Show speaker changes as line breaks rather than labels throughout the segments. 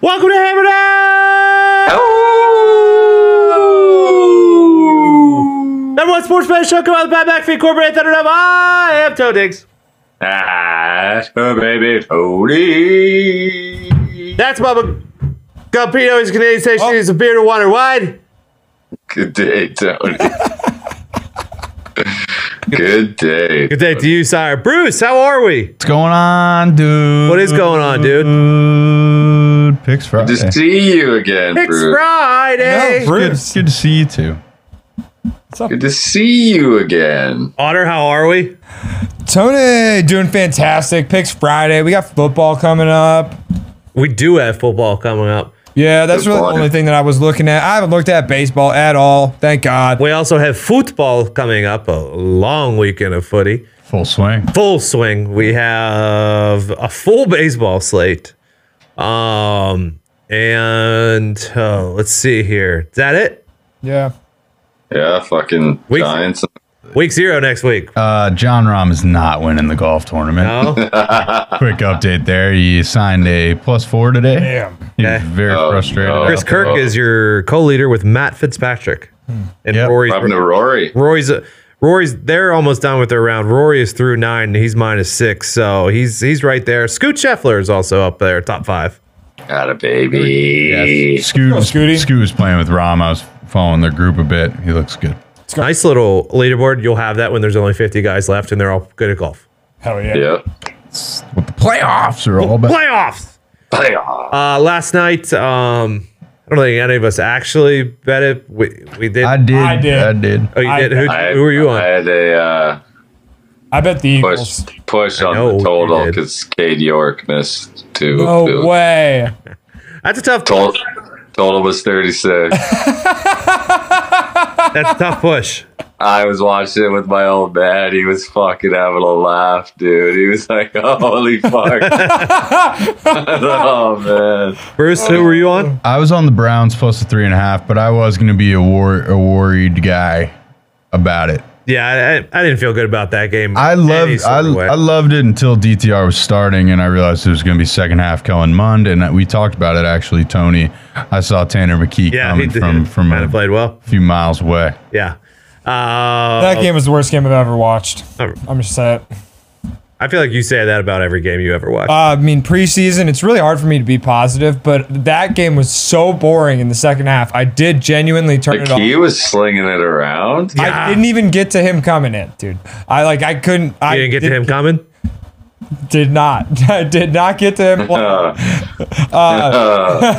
Welcome to Hammer Down! Number one sports fan show come out of the Pat McAfee Incorporated Thunderdome. I am Toe Diggs.
That's her baby Tony.
That's Bubba Gumpino. He's a Canadian station. He's a beer to water wide.
Good day, Tony. Good day.
Good day to you, Sire. Bruce, how are we?
What's going on, dude?
What is going on, dude?
dude? Picks Friday.
to see you again,
It's
Bruce.
Friday.
It's good, it's good to see you too.
Good to see you again.
Otter, how are we?
Tony doing fantastic. Picks Friday. We got football coming up.
We do have football coming up.
Yeah, that's really
Football.
the only thing that I was looking at. I haven't looked at baseball at all. Thank God.
We also have football coming up. A long weekend of footy.
Full swing.
full swing. We have a full baseball slate. Um, and uh, let's see here. Is that it?
Yeah.
Yeah, fucking
Wait.
Giants.
Week zero next week.
Uh, John Rahm is not winning the golf tournament.
No,
Uh,
Quick update there. You signed a plus four today. Damn. He was
Okay.
very
Oh,
frustrated.
no.
Chris Kirk is your co-leader with Matt Fitzpatrick and
Yep.
Rory's.
Happened to Rory.
Rory's. Rory's. They're almost done with their round. Rory is through nine. He's minus six, so he's he's right there. Scoot Scheffler is also up there, top five.
Got a baby.
Scoot, was,
Scooty.
Scoot was playing with Rahm. I was following their group a bit. He looks good.
Nice little leaderboard. You'll have that when there's only 50 guys left and they're all good at golf.
Hell yeah.
Yep.
What the playoffs are all about.
Playoffs.
Playoff.
Uh, last night, um, I don't think any of us actually bet it. We, we did.
I did.
I did.
I did.
oh, you
I-
did. Who,
I-
who were you on?
I had a uh,
I bet the
push
Eagles.
push
I
on
know you
the total
did.
because Cade York missed two. two.
No way.
That's a tough.
Total, total was 36.
That's a tough push.
I was watching it with my old man. He was fucking having a laugh, dude. He was like, "Holy fuck!" oh man,
Bruce, who were you on?
I was on the Browns plus the three and a half, but I was going to be a, wor- a worried guy about it.
Yeah, I- I, I didn't feel good about that game.
I
any
loved
sort
I,
of way.
I loved it until DTR was starting, and I realized it was going to be second half Kellen Mund, and we talked about it actually. Tony, I saw Tanner McKee
yeah, he
coming
did.
from from
kind
a
of played well.
few miles away.
Yeah. Uh,
That game was the worst game I've ever watched. I'm just saying.
I feel like you say that about every game you ever watch.
Uh, I mean, preseason, it's really hard for me to be positive, but that game was so boring in the second half. I did genuinely turn
like
it off.
he was slinging it around.
Yeah.
I didn't even get to him coming in, dude. I like I couldn't. I
you didn't get to him coming.
Did not. I did not get to him.
Uh,
and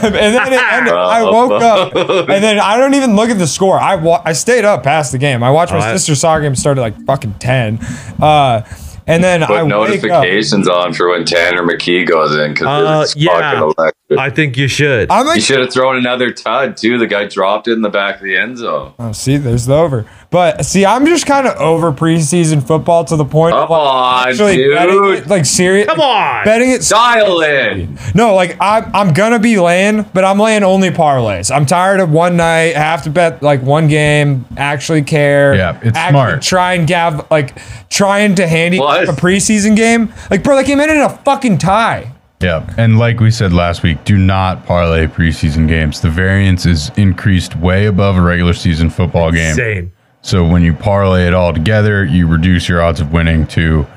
then it ended, I woke up, and then I don't even look at the score. I wa- I stayed up past the game. I watched my
Oh, I-
sister's soccer game start at like fucking ten, uh, and then I
put
wake up.
notifications on for when Tanner McKee goes in
Uh,
because it's
yeah.
fucking electric.
I think you should.
I'm
he
like,
should have thrown another tud too. The guy dropped it in the back of the end zone.
oh, see, there's the over. But see, I'm just kind of over preseason football to the point
Come
of like,
on,
actually betting it,
dude.
like serious.
Come on.
betting it.
Dial in.
No, like I'm, I'm gonna be laying, but I'm laying only parlays. I'm tired of one night have to bet like one game. Actually care.
Yeah, it's
actually
smart.
Try and gav like trying to handicap
Plus-
a preseason game. Like bro, that game ended in a fucking tie.
Yeah, and like we said last week, do not parlay preseason games. The variance is increased way above a regular season football game.
Insane.
So when you parlay it all together, you reduce your odds of winning to,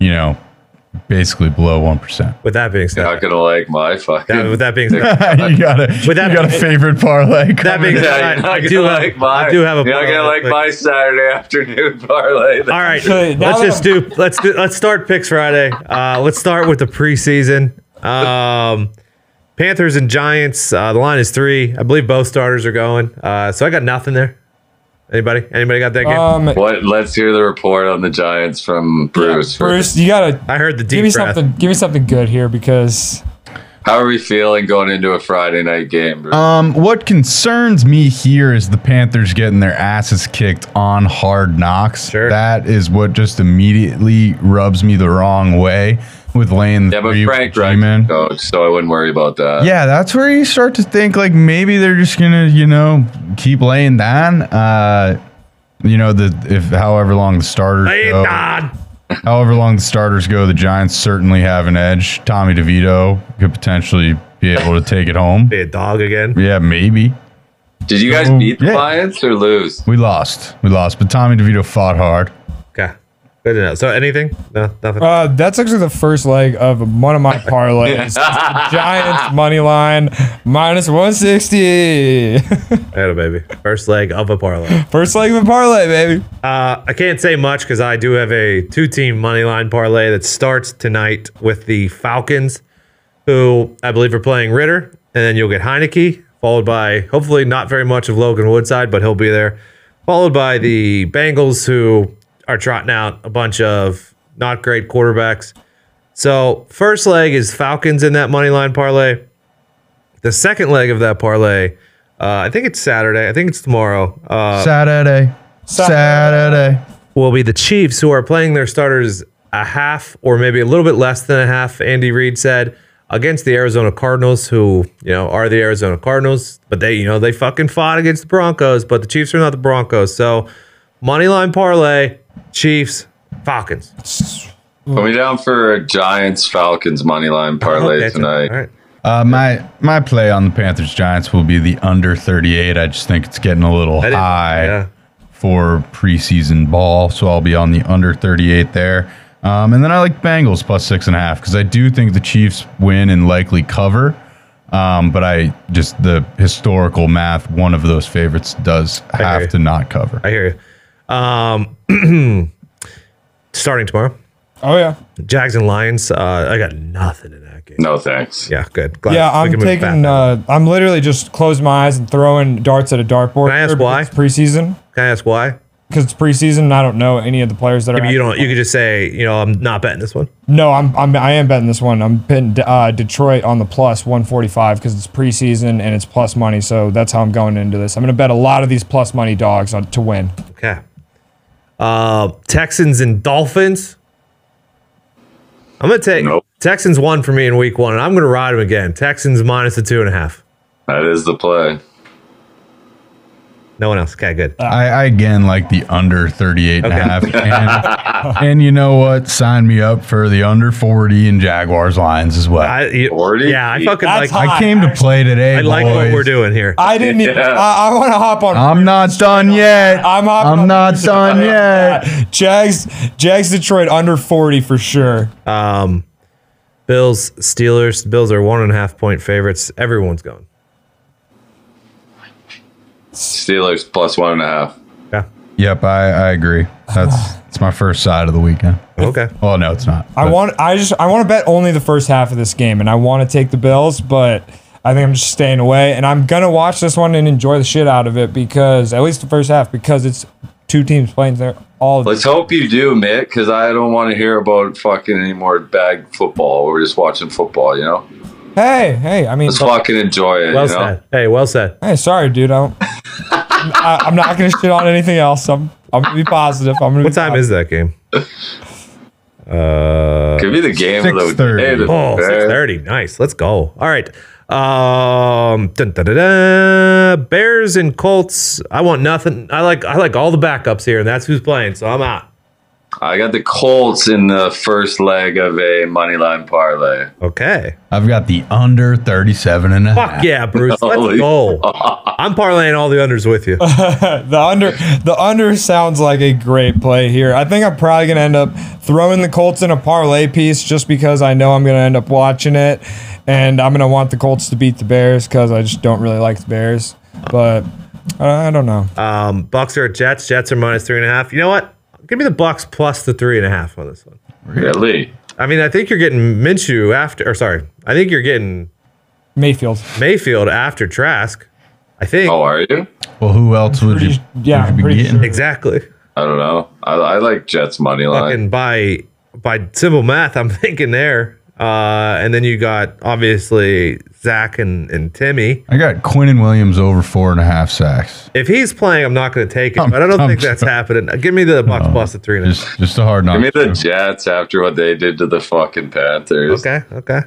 you know, basically below one percent.
With that being said,
Not gonna like my
that-
fucking.
with that being said,
you got a
With that
you got a
being-
favorite parlay.
that
coming
being
up.
Yeah,
said,
you're not
I, I
gonna
do
like
have,
my,
I do have a.
You're not gonna like my Saturday afternoon parlay.
All right,
Actually, now
let's
that
just do let's do, let's start picks Friday. Uh, let's start with the preseason. Um, Panthers and Giants. Uh, the line is three. I believe both starters are going. Uh, so I got nothing there. Anybody? Anybody got that game?
Um,
What? Let's hear the report on the Giants from Bruce.
Bruce, you gotta
I heard the deep
give me
breath.
something. Give me something good here because
How are we feeling going into a Friday night game? Bruce?
Um, what concerns me here is the Panthers getting their asses kicked on hard knocks.
Sure.
That is what just immediately rubs me the wrong way with laying the
yeah, but
three with
Frank
the
Reich's
G-man.
coach, so I wouldn't worry about that.
Yeah, that's where you start to think like maybe they're just gonna, you know, keep laying down. Uh you know, the if however long the starters
Hey,
go,
Nod.
however long the starters go, the Giants certainly have an edge. Tommy DeVito could potentially be able to take it home.
Be a dog again.
Yeah, maybe.
Did you guys
So,
beat the
Oh, yeah.
Lions or lose?
We lost. We lost, but Tommy DeVito fought hard.
Okay. Good to know. So anything? No, nothing.
Uh, that's actually the first leg of one of my parlays. Giants money line minus 160.
Atta baby. First leg of a parlay.
First leg of a parlay, baby.
Uh, I can't say much because I do have a two-team money line parlay that starts tonight with the Falcons, who I believe are playing Ritter, and then you'll get Heineke, followed by hopefully not very much of Logan Woodside, but he'll be there, followed by the Bengals, who are trotting out a bunch of not great quarterbacks. So first leg is Falcons in that money line parlay. The second leg of that parlay, uh, I think it's Saturday. I think it's tomorrow. Uh,
Saturday. Saturday.
will be the Chiefs, who are playing their starters a half or maybe a little bit less than a half. Andy Reid said against the Arizona Cardinals, who you know are the Arizona Cardinals, but they you know they fucking fought against the Broncos, but the Chiefs are not the Broncos. So money line parlay, Chiefs, Falcons.
Put me down for a Giants Falcons money line parlay
Okay,
tonight.
All right.
Uh, my my play on the Panthers Giants will be the under 38. I just think it's getting a little
I didn't-
high
yeah.
for preseason ball, so I'll be on the under 38 there. Um, and then I like Bengals plus six and a half because I do think the Chiefs win and likely cover. Um, but I just the historical math, one of those favorites does have
agree.
to not cover.
I hear you. Um, starting tomorrow,
Oh, yeah.
Jags and Lions. Uh, I got nothing in that game.
No thanks.
Yeah, good. Glad
Yeah,
we
I'm
can move
taking.
back.
Uh, I'm literally just closing my eyes and throwing darts at a dartboard.
Can I ask
here because
why?
It's preseason.
Can I ask why?
Because it's preseason, and I don't know any of the players that are.
You don't. You could just say, you know, I'm not betting this one.
No, I'm, I'm I am betting this one. I'm betting uh, Detroit on the plus 145 because it's preseason and it's plus money. So that's how I'm going into this. I'm going to bet a lot of these plus money dogs on, to win.
Okay. Uh, Texans and Dolphins. I'm gonna take
Nope.
Texans one for me in week one, and I'm gonna ride them again. Texans minus the two and a half.
That is the play.
No one else. Okay, good.
I, I again like the under 38 and a
Okay.
half. And, and you know what? Sign me up for the under 40 and Jaguars lines as well. I,
I, you-
40?
yeah, I fucking
That's
like.
hot.
came to play today.
I like what
boys.
we're doing here.
I didn't even.
Yeah.
I, I want to hop on.
I'm not done yet.
I'm hopping on
I'm not
Bruce.
done yet.
Jags, Jags, Detroit under 40 for sure.
Um, Bills, Steelers. Bills are one and a half point favorites. Everyone's going.
Steelers plus one and a half.
Yeah.
Yep, I, I agree. That's it's my first side of the weekend.
Okay.
Well, no, it's not.
I
but
want. I just. I want to bet only the first half of this game, and I want to take the Bills, but I think I'm just staying away. And I'm gonna watch this one and enjoy the shit out of it because at least the first half because it's two teams playing there all.
Let's hope you do, Mick, because I don't want to hear about fucking any more bag football. We're just watching football, you know?
Hey, hey. I mean,
Let's fucking enjoy it,
Well
you know?
said. Hey, well said.
hey. Sorry, dude. I don't, I, I'm not gonna shit on anything else. I'm. I'm gonna be positive. I'm gonna.
What time is that game? Uh.
Could be the game of the
6:30.
day. to be
Oh,
fair.
630. Nice. Let's go. All right. Um dun, dun, dun, dun. Bears and Colts. I want nothing. I like I like all the backups here, and that's who's playing, so I'm out.
I got the Colts in the first leg of a money line parlay.
Okay.
I've got the under 37 and a
Fuck
half.
yeah, Bruce. Let's
Holy
go. I'm parlaying all the unders with you.
The under the under sounds like a great play here. I think I'm probably gonna end up throwing the Colts in a parlay piece just because I know I'm gonna end up watching it, and I'm gonna want the Colts to beat the Bears because I just don't really like the Bears. But uh, I I don't know.
Um Bucks are at Jets. Jets are minus three and a half. You know what? Give me the Bucks plus the three and a half on this one.
Really?
I mean, I think you're getting Minshew after or sorry. I think you're getting
Mayfield.
Mayfield after Trask. I think.
Oh, are you?
Well, who else would you,
Pretty- yeah,
would you
pretty
be getting?
Exactly.
I don't know. I, I like Jets money line.
fucking by by simple math, I'm thinking there. Uh, and then you got obviously Zach and, and Timmy.
I got Quinn and Williams over four and a half sacks.
If he's playing, I'm not going to take it.
I'm-
but I don't
I'm
think that's
sure.
happening. Uh, Give me the Bucks plus the three. And a half.
Just just a hard knock.
Give me the Jets after what they did to the fucking Panthers.
Okay, okay.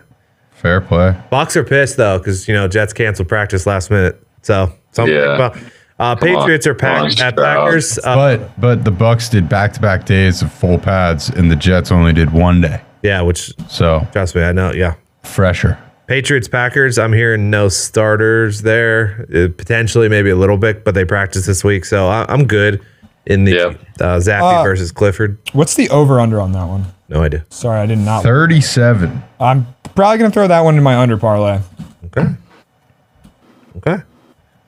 Fair play.
Bucks are pissed though because you know Jets canceled practice last minute. So something.
Yeah.
About, uh,
Come on.
Patriots are
Come
packed
on,
at
Stroud.
Packers. Uh,
But but the Bucks did back to back days of full pads, and the Jets only did one day.
yeah, which
So
trust me, I know. Yeah,
fresher.
Patriots Packers. I'm hearing no starters there. Uh, potentially, maybe a little bit, but they practice this week, so I, I'm good in the
Yeah.
uh, Zappy
Uh,
versus Clifford.
What's the over under on that one?
No idea.
Sorry, I did not.
37.
I'm probably gonna throw that one in my under parlay.
Okay. Okay.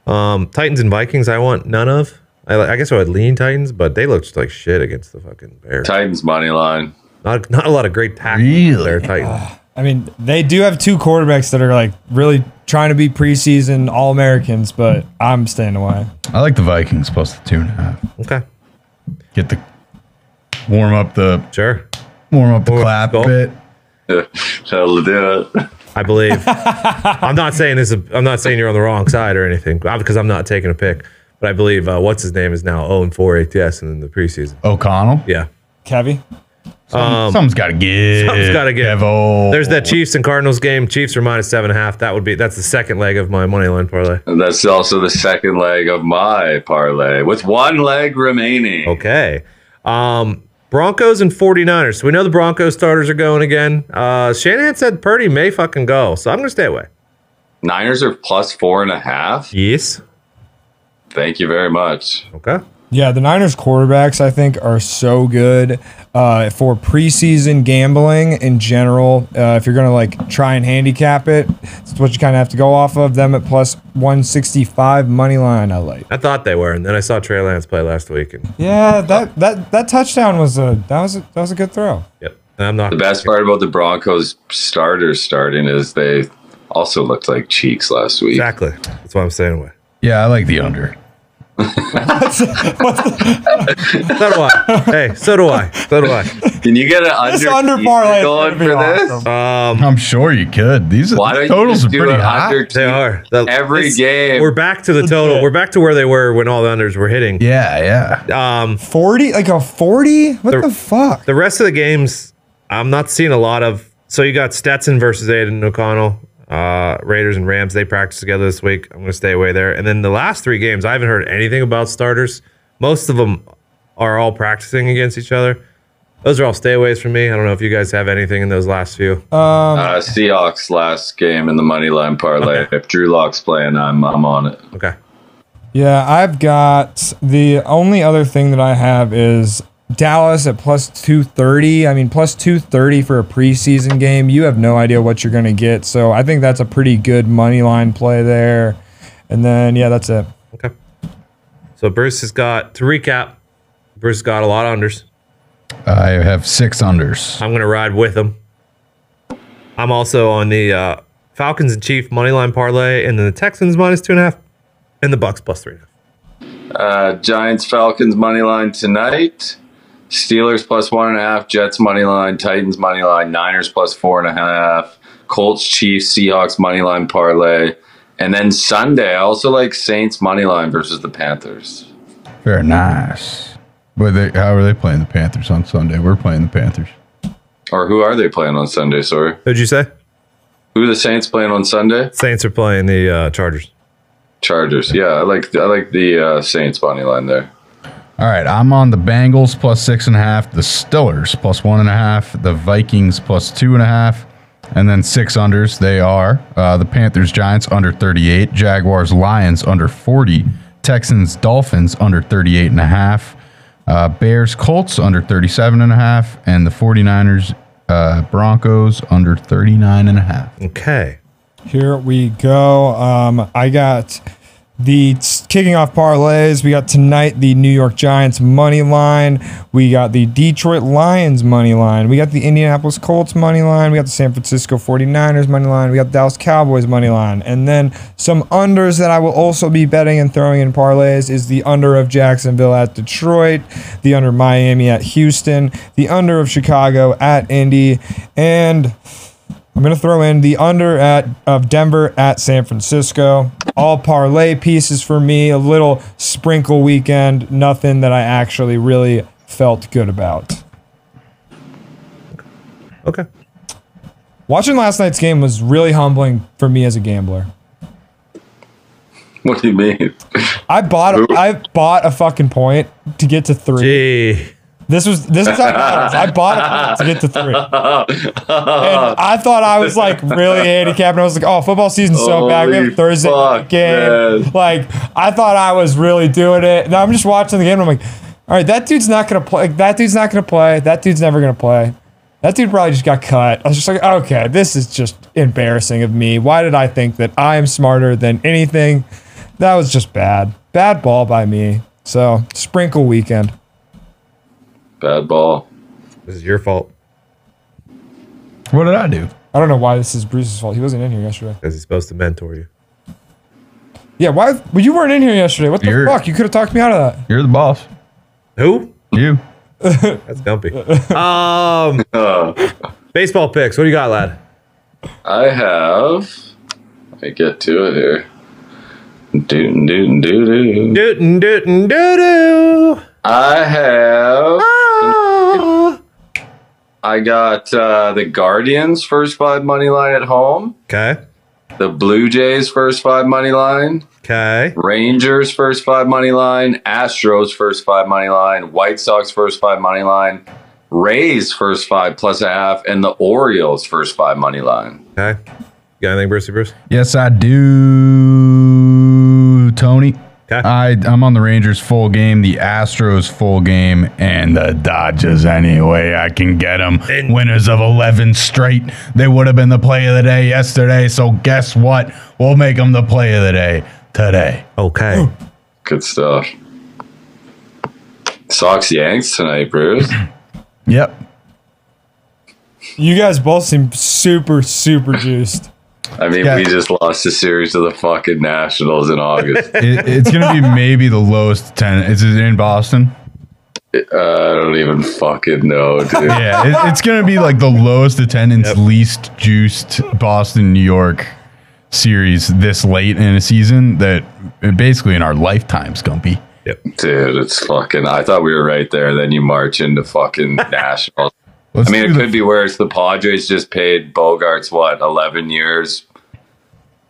Um, Titans and Vikings. I want none of. I, I guess I would lean Titans, but they looked like shit against the fucking Bears.
Titans money line.
Not, not a lot of great tackles.
Really?
There, Titans.
I mean, they do have two quarterbacks that are like really trying to be preseason All Americans, but I'm staying away.
I like the Vikings plus the two and a half.
Okay.
Get the warm up the
Sure.
warm up the
Warm up
clap
skull.
bit.
That'll do it.
I believe. I'm not saying this. Is, I'm not saying you're on the wrong side or anything, because I'm not taking a pick. But I believe uh, what's his name is now 0 and 4 ATS in the preseason.
O'Connell.
Yeah. Um,
Kevy,
something's got to give.
something's gotta give.
Devo.
There's that Chiefs and Cardinals game. Chiefs are minus seven and a half. That would be that's the second leg of my money line parlay.
And that's also the second leg of my parlay with one leg remaining.
Okay. Um, Broncos and 49ers. So we know the Broncos starters are going again. Uh, Shanahan said Purdy may fucking go, so I'm gonna stay away.
Niners are plus four and a half.
Yes.
Thank you very much.
Okay.
yeah, the Niners quarterbacks I think are so good uh, for preseason gambling in general. Uh, if you're gonna like try and handicap it, it's what you kind of have to go off of them at plus 165 money line. I like.
I thought they were, and then I saw Trey Lance play last week, and
Yeah, that that that touchdown was a that was a, that was a good throw.
yep. And I'm not
The best part about the Broncos starters starting is they also looked like cheeks last week.
exactly. That's why I'm staying away.
yeah, I like the under.
So do I. hey, so do I. So do I.
Can you get an
This
under,
under
teaser
parlay is
going
gonna be
for
awesome.
this?
Um,
I'm sure you could. These
Why
the
don't
totals
you just
are
do
pretty
an
high.
under
they
teaser?
are The-
Every
it's-
game.
We're back to the total. We're back to where they were when all the unders were hitting.
Yeah, yeah.
Um,
40 like a 40 what the, fuck
the rest of the games, I'm not seeing a lot of. So you got Stetson versus Aiden O'Connell, uh, Raiders and Rams. They practice together this week. I'm going to stay away there. And then the last three games, I haven't heard anything about starters. Most of them are all practicing against each other. Those are all stay aways for me. I don't know if you guys have anything in those last few.
Uh, Seahawks last game in the money line parlay. If Drew Locke's playing, I'm I'm on it.
Okay.
yeah i've got the only other thing that i have is dallas at plus 230 i mean plus 230 for a preseason game you have no idea what you're going to get so i think that's a pretty good money line play there and then yeah that's it
Okay. So Bruce has got to recap. Bruce has got a lot of unders.
I have six unders.
I'm gonna ride with him. I'm also on the uh, Falcons and Chief money line parlay, and then the Texans minus two and a half, and the Bucks plus three and a half.
Uh, Giants Falcons money line tonight. Steelers plus one and a half. Jets money line. Titans money line. Niners plus four and a half. Colts Chiefs Seahawks money line parlay. And then Sunday, I also like Saints money line versus the Panthers.
Very nice. But they, how are they playing the Panthers on Sunday? We're playing the Panthers.
Or who are they playing on Sunday? Sorry,
Who'd you say?
who are the Saints playing on Sunday?
Saints are playing the uh, Chargers.
Chargers. Yeah, I like I like the uh, Saints money line there.
All right, I'm on the Bengals plus six and a half, the Stillers plus one and a half, the Vikings plus two and a half, and then six unders. They are uh, the Panthers, Giants under 38, Jaguars, Lions under 40, Texans, Dolphins under 38 and a half, uh, Bears, Colts under 37 and a half, and the 49ers, uh, Broncos under 39 and a half.
Okay.
Here we go. Um, I got the t- kicking off parlays. We got tonight the New York Giants money line. We got the Detroit Lions money line. We got the Indianapolis Colts money line. We got the San Francisco 49ers money line. We got Dallas Cowboys money line. And then some unders that I will also be betting and throwing in parlays is the under of Jacksonville at Detroit, the under Miami at Houston, the under of Chicago at Indy, and I'm gonna throw in the under at of Denver at San Francisco. All parlay pieces for me. A little sprinkle weekend. Nothing that I actually really felt good about.
Okay.
Watching last night's game was really humbling for me as a gambler.
What do you mean?
I bought a, I bought a fucking point to get to three.
Gee.
This was this is how it matters. I bought a pot to get to three. And I thought I was like really handicapped. I was like, oh, football season's so bad. We have a
Holy
Thursday night
fuck,
game.
man.
Like, I thought I was really doing it. Now I'm just watching the game. And I'm like, all right, that dude's not gonna play. That dude's not gonna play. That dude's never gonna play. That dude probably just got cut. I was just like, okay, this is just embarrassing of me. Why did I think that I am smarter than anything? That was just bad. Bad ball by me. So sprinkle weekend.
Bad ball.
This is your fault
What did I do?
I don't know why this is Bruce's fault. He wasn't in here yesterday.
because he's supposed to mentor you.
Yeah, why? Well, you weren't in here yesterday. What the
You're-
fuck? You could have talked me out of that.
You're the boss.
Who?
You.
That's dumpy. um,
Uh,
baseball picks. What do you got, lad?
I have. Let me get to it here. Doo doo doo doo.
Dootin' dootin' doo doo.
I have. I got uh, the Guardians first five money line at home.
Okay.
The Blue Jays first five money line.
Okay.
Rangers first five money line, Astros first five money line, White Sox first five money line, Rays first five plus a half, and the Orioles first five money line.
Okay. You got anything, Brucey Bruce?
Yes, I do, Tony.
Okay.
Uh,
I, I'm on the Rangers full game, the Astros full game, and the Dodgers any way I can get them.
And-
Winners of 11 straight. They would have been the play of the day yesterday. So guess what? We'll make them the play of the day today.
Okay.
Good stuff. Sox Yanks tonight, Bruce.
Yep.
You guys both seem super, super juiced.
I mean,
Yeah.
we just lost a series to the fucking Nationals in August. uh,
It, it's going to be maybe the lowest 10. Is it in Boston?
I don't even fucking know, dude.
Yeah, it, it's gonna be like the lowest attendance, least juiced Boston New York series this late in a season that basically in our lifetime, Scumpy.
Dude, it's fucking. I thought we were right there. Then you march into fucking Nationals.
Let's
I mean,
do
it
the-
could be worse. The Padres just paid Bogarts what eleven years,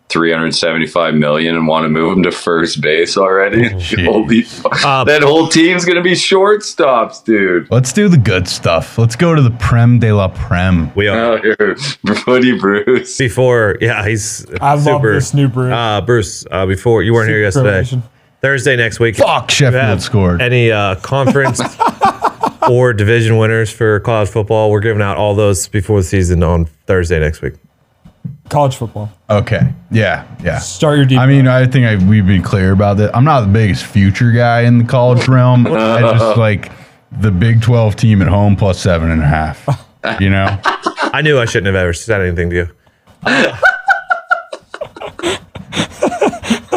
three hundred seventy-five million, and want to move him to first base already.
Oh,
Holy fuck!
Uh,
that whole team's gonna be shortstops, dude.
let's do the good stuff. Let's go to the Prem de la Prem.
We are.
Out Oh, here, Woody Bruce.
Before, yeah, he's
I love
super.
this new brew.
Uh, Bruce, uh, before you weren't here
Super
yesterday.
Croatian.
Thursday next week.
Fuck,
you
Sheffield
have
scored.
Any uh, conference or division winners for college football? We're giving out all those before the season on Thursday next week.
College football.
Okay, yeah, yeah.
Start your deep.
I mean, I think I, we've been clear about that. I'm not the biggest future guy in the college realm. I just like the Big 12 team at home plus seven and a half. You know,
I knew I shouldn't have ever said anything to you.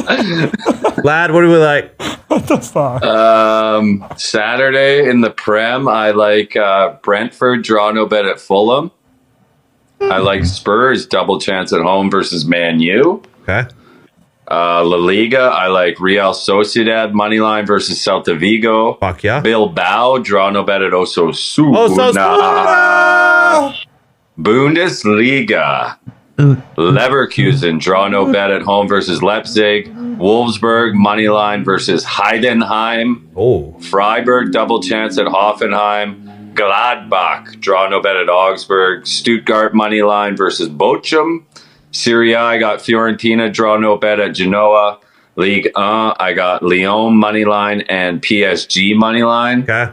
Lad, what do we like?
fuck.
Um, Saturday in the Prem, I like uh, Brentford draw no bet at Fulham. I like Spurs double chance at home versus Man U.
Okay.
Uh, La Liga, I like Real Sociedad money line versus Celta Vigo.
Fuck yeah.
Bilbao, draw no bet at Osasuna.
Osasuna!
Bundesliga. Leverkusen, draw no bet at home versus Leipzig. Wolfsburg, money line versus Heidenheim.
Oh,
Freiburg, double chance at Hoffenheim. Gladbach, draw no bet at Augsburg. Stuttgart, money line versus Bochum. Serie A, I got Fiorentina, draw no bet at Genoa. League uh, I got Lyon money line and PSG money line.
okay.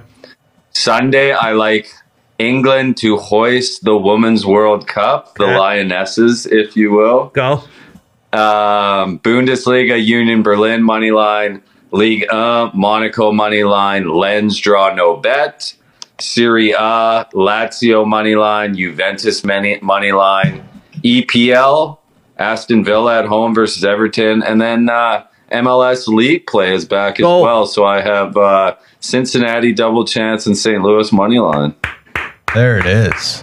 Sunday, I like England to hoist the Women's World Cup, the
Okay.
Lionesses, if you will.
Go.
Um, Bundesliga, Union Berlin money line, League uh, Monaco money line, Lens draw no bet, Serie A, Lazio money line, Juventus money, money line, EPL, Aston Villa at home versus Everton, and then uh, MLS League play is back as
Go.
well. So I have uh, Cincinnati double chance and St. Louis money line.
there it is.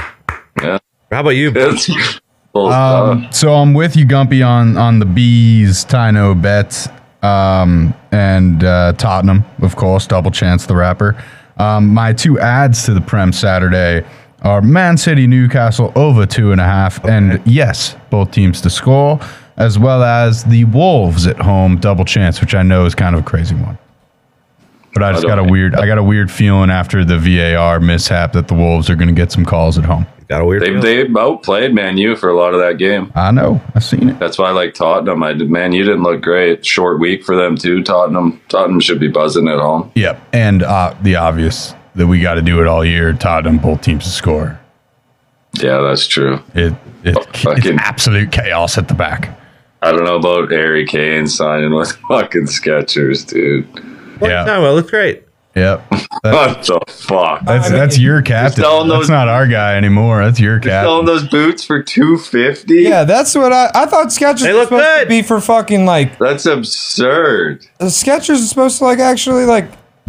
How about you?
It's- Well,
Um, so I'm with you, Gumpy, on on the bees, Tino bets, um, and uh, Tottenham, of course, double chance the rapper. Um, my two ads to the Prem Saturday are Man City, Newcastle over two and a half, and yes, both teams to score, as well as the Wolves at home double chance, which I know is kind of a crazy one. But I just
don't
got a
think-
weird I got a weird feeling after the VAR mishap that the Wolves are going to get some calls at home.
Got a weird.
They
feeling.
they outplayed Man U for a lot of that game.
I know. I've seen it.
That's why I like Tottenham. I man, you didn't look great. Short week for them too. Tottenham Tottenham should be buzzing at home.
Yep. And uh, the obvious that we got to do it all year, Tottenham both teams to score.
Yeah, that's true.
It it's, it's
fucking-
absolute chaos at the back.
I don't know about Harry Kane signing with fucking Skechers, dude.
What are you
Yeah.
talking about? Looks great.
Yep.
What the fuck?
That's that's your captain.
selling
That's
those-
not our guy anymore. That's your
Selling
captain.
those boots for two fifty?
Yeah, that's what I, I thought Skechers
They look
was supposed
good.
to be for fucking like
that's absurd.
the Skechers is supposed to like actually like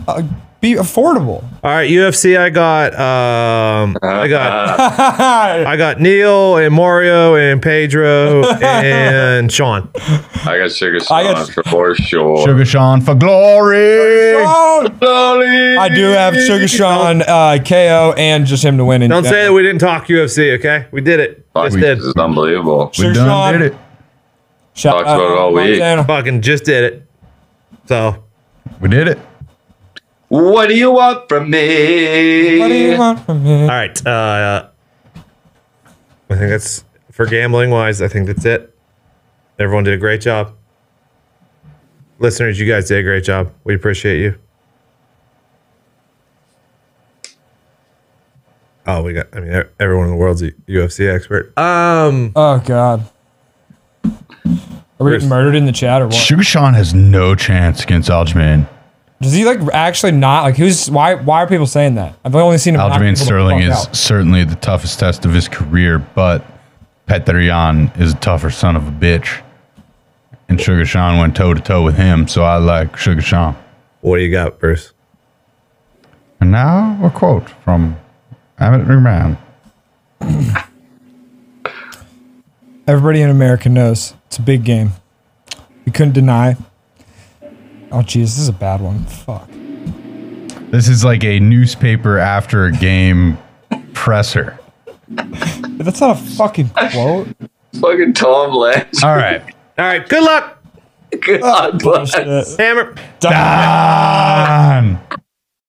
uh, be affordable.
All right, UFC. I got. Um, I got.
I
I got Neil and Mario and Pedro and Sean.
I got sugar
I
Sean
got-
for sure.
Sugar Sean for glory.
Oh,
I
do have Sugar Sean uh, KO and just him to win. In
Don't say that
general.
we didn't talk UFC. Okay, we did it. Just
Fuck,
did.
this is unbelievable.
We
Sugar
done
Sean.
did it.
Shout
Talked
out
about it all
to
week.
Montana.
Fucking just did it. So
We did it.
What do you want from me?
What do you want from me?
all right. Uh, I think that's for gambling wise. I think that's it. Everyone did a great job. Listeners, you guys did a great job. We appreciate you. Oh, we got. I mean, e- everyone in the world's a UFC expert. Um.
Oh God. Are we
Where's-
getting murdered in the chat or what?
Sugar Sean has no chance against Aljamain.
Does he like actually not like who's why? Why are people saying that? I've only seen him. knock
Aljamain
people the
Sterling
fuck
is
out.
certainly the toughest test of his career, but Petrian is a tougher son of a bitch. And Sugar Sean went toe to toe with him, so I like Sugar Sean.
What do you got, Bruce?
And now a quote from Amit McMahon.
Everybody in America knows it's a big game. You couldn't deny. Oh geez, this is a bad one. Fuck.
This is like a newspaper after a game presser.
But that's not a fucking quote.
Fucking Tom Lance.
All right.
All
Oh,
right. Good luck,
God bless.
Shit.
Hammer.
Done.
Done.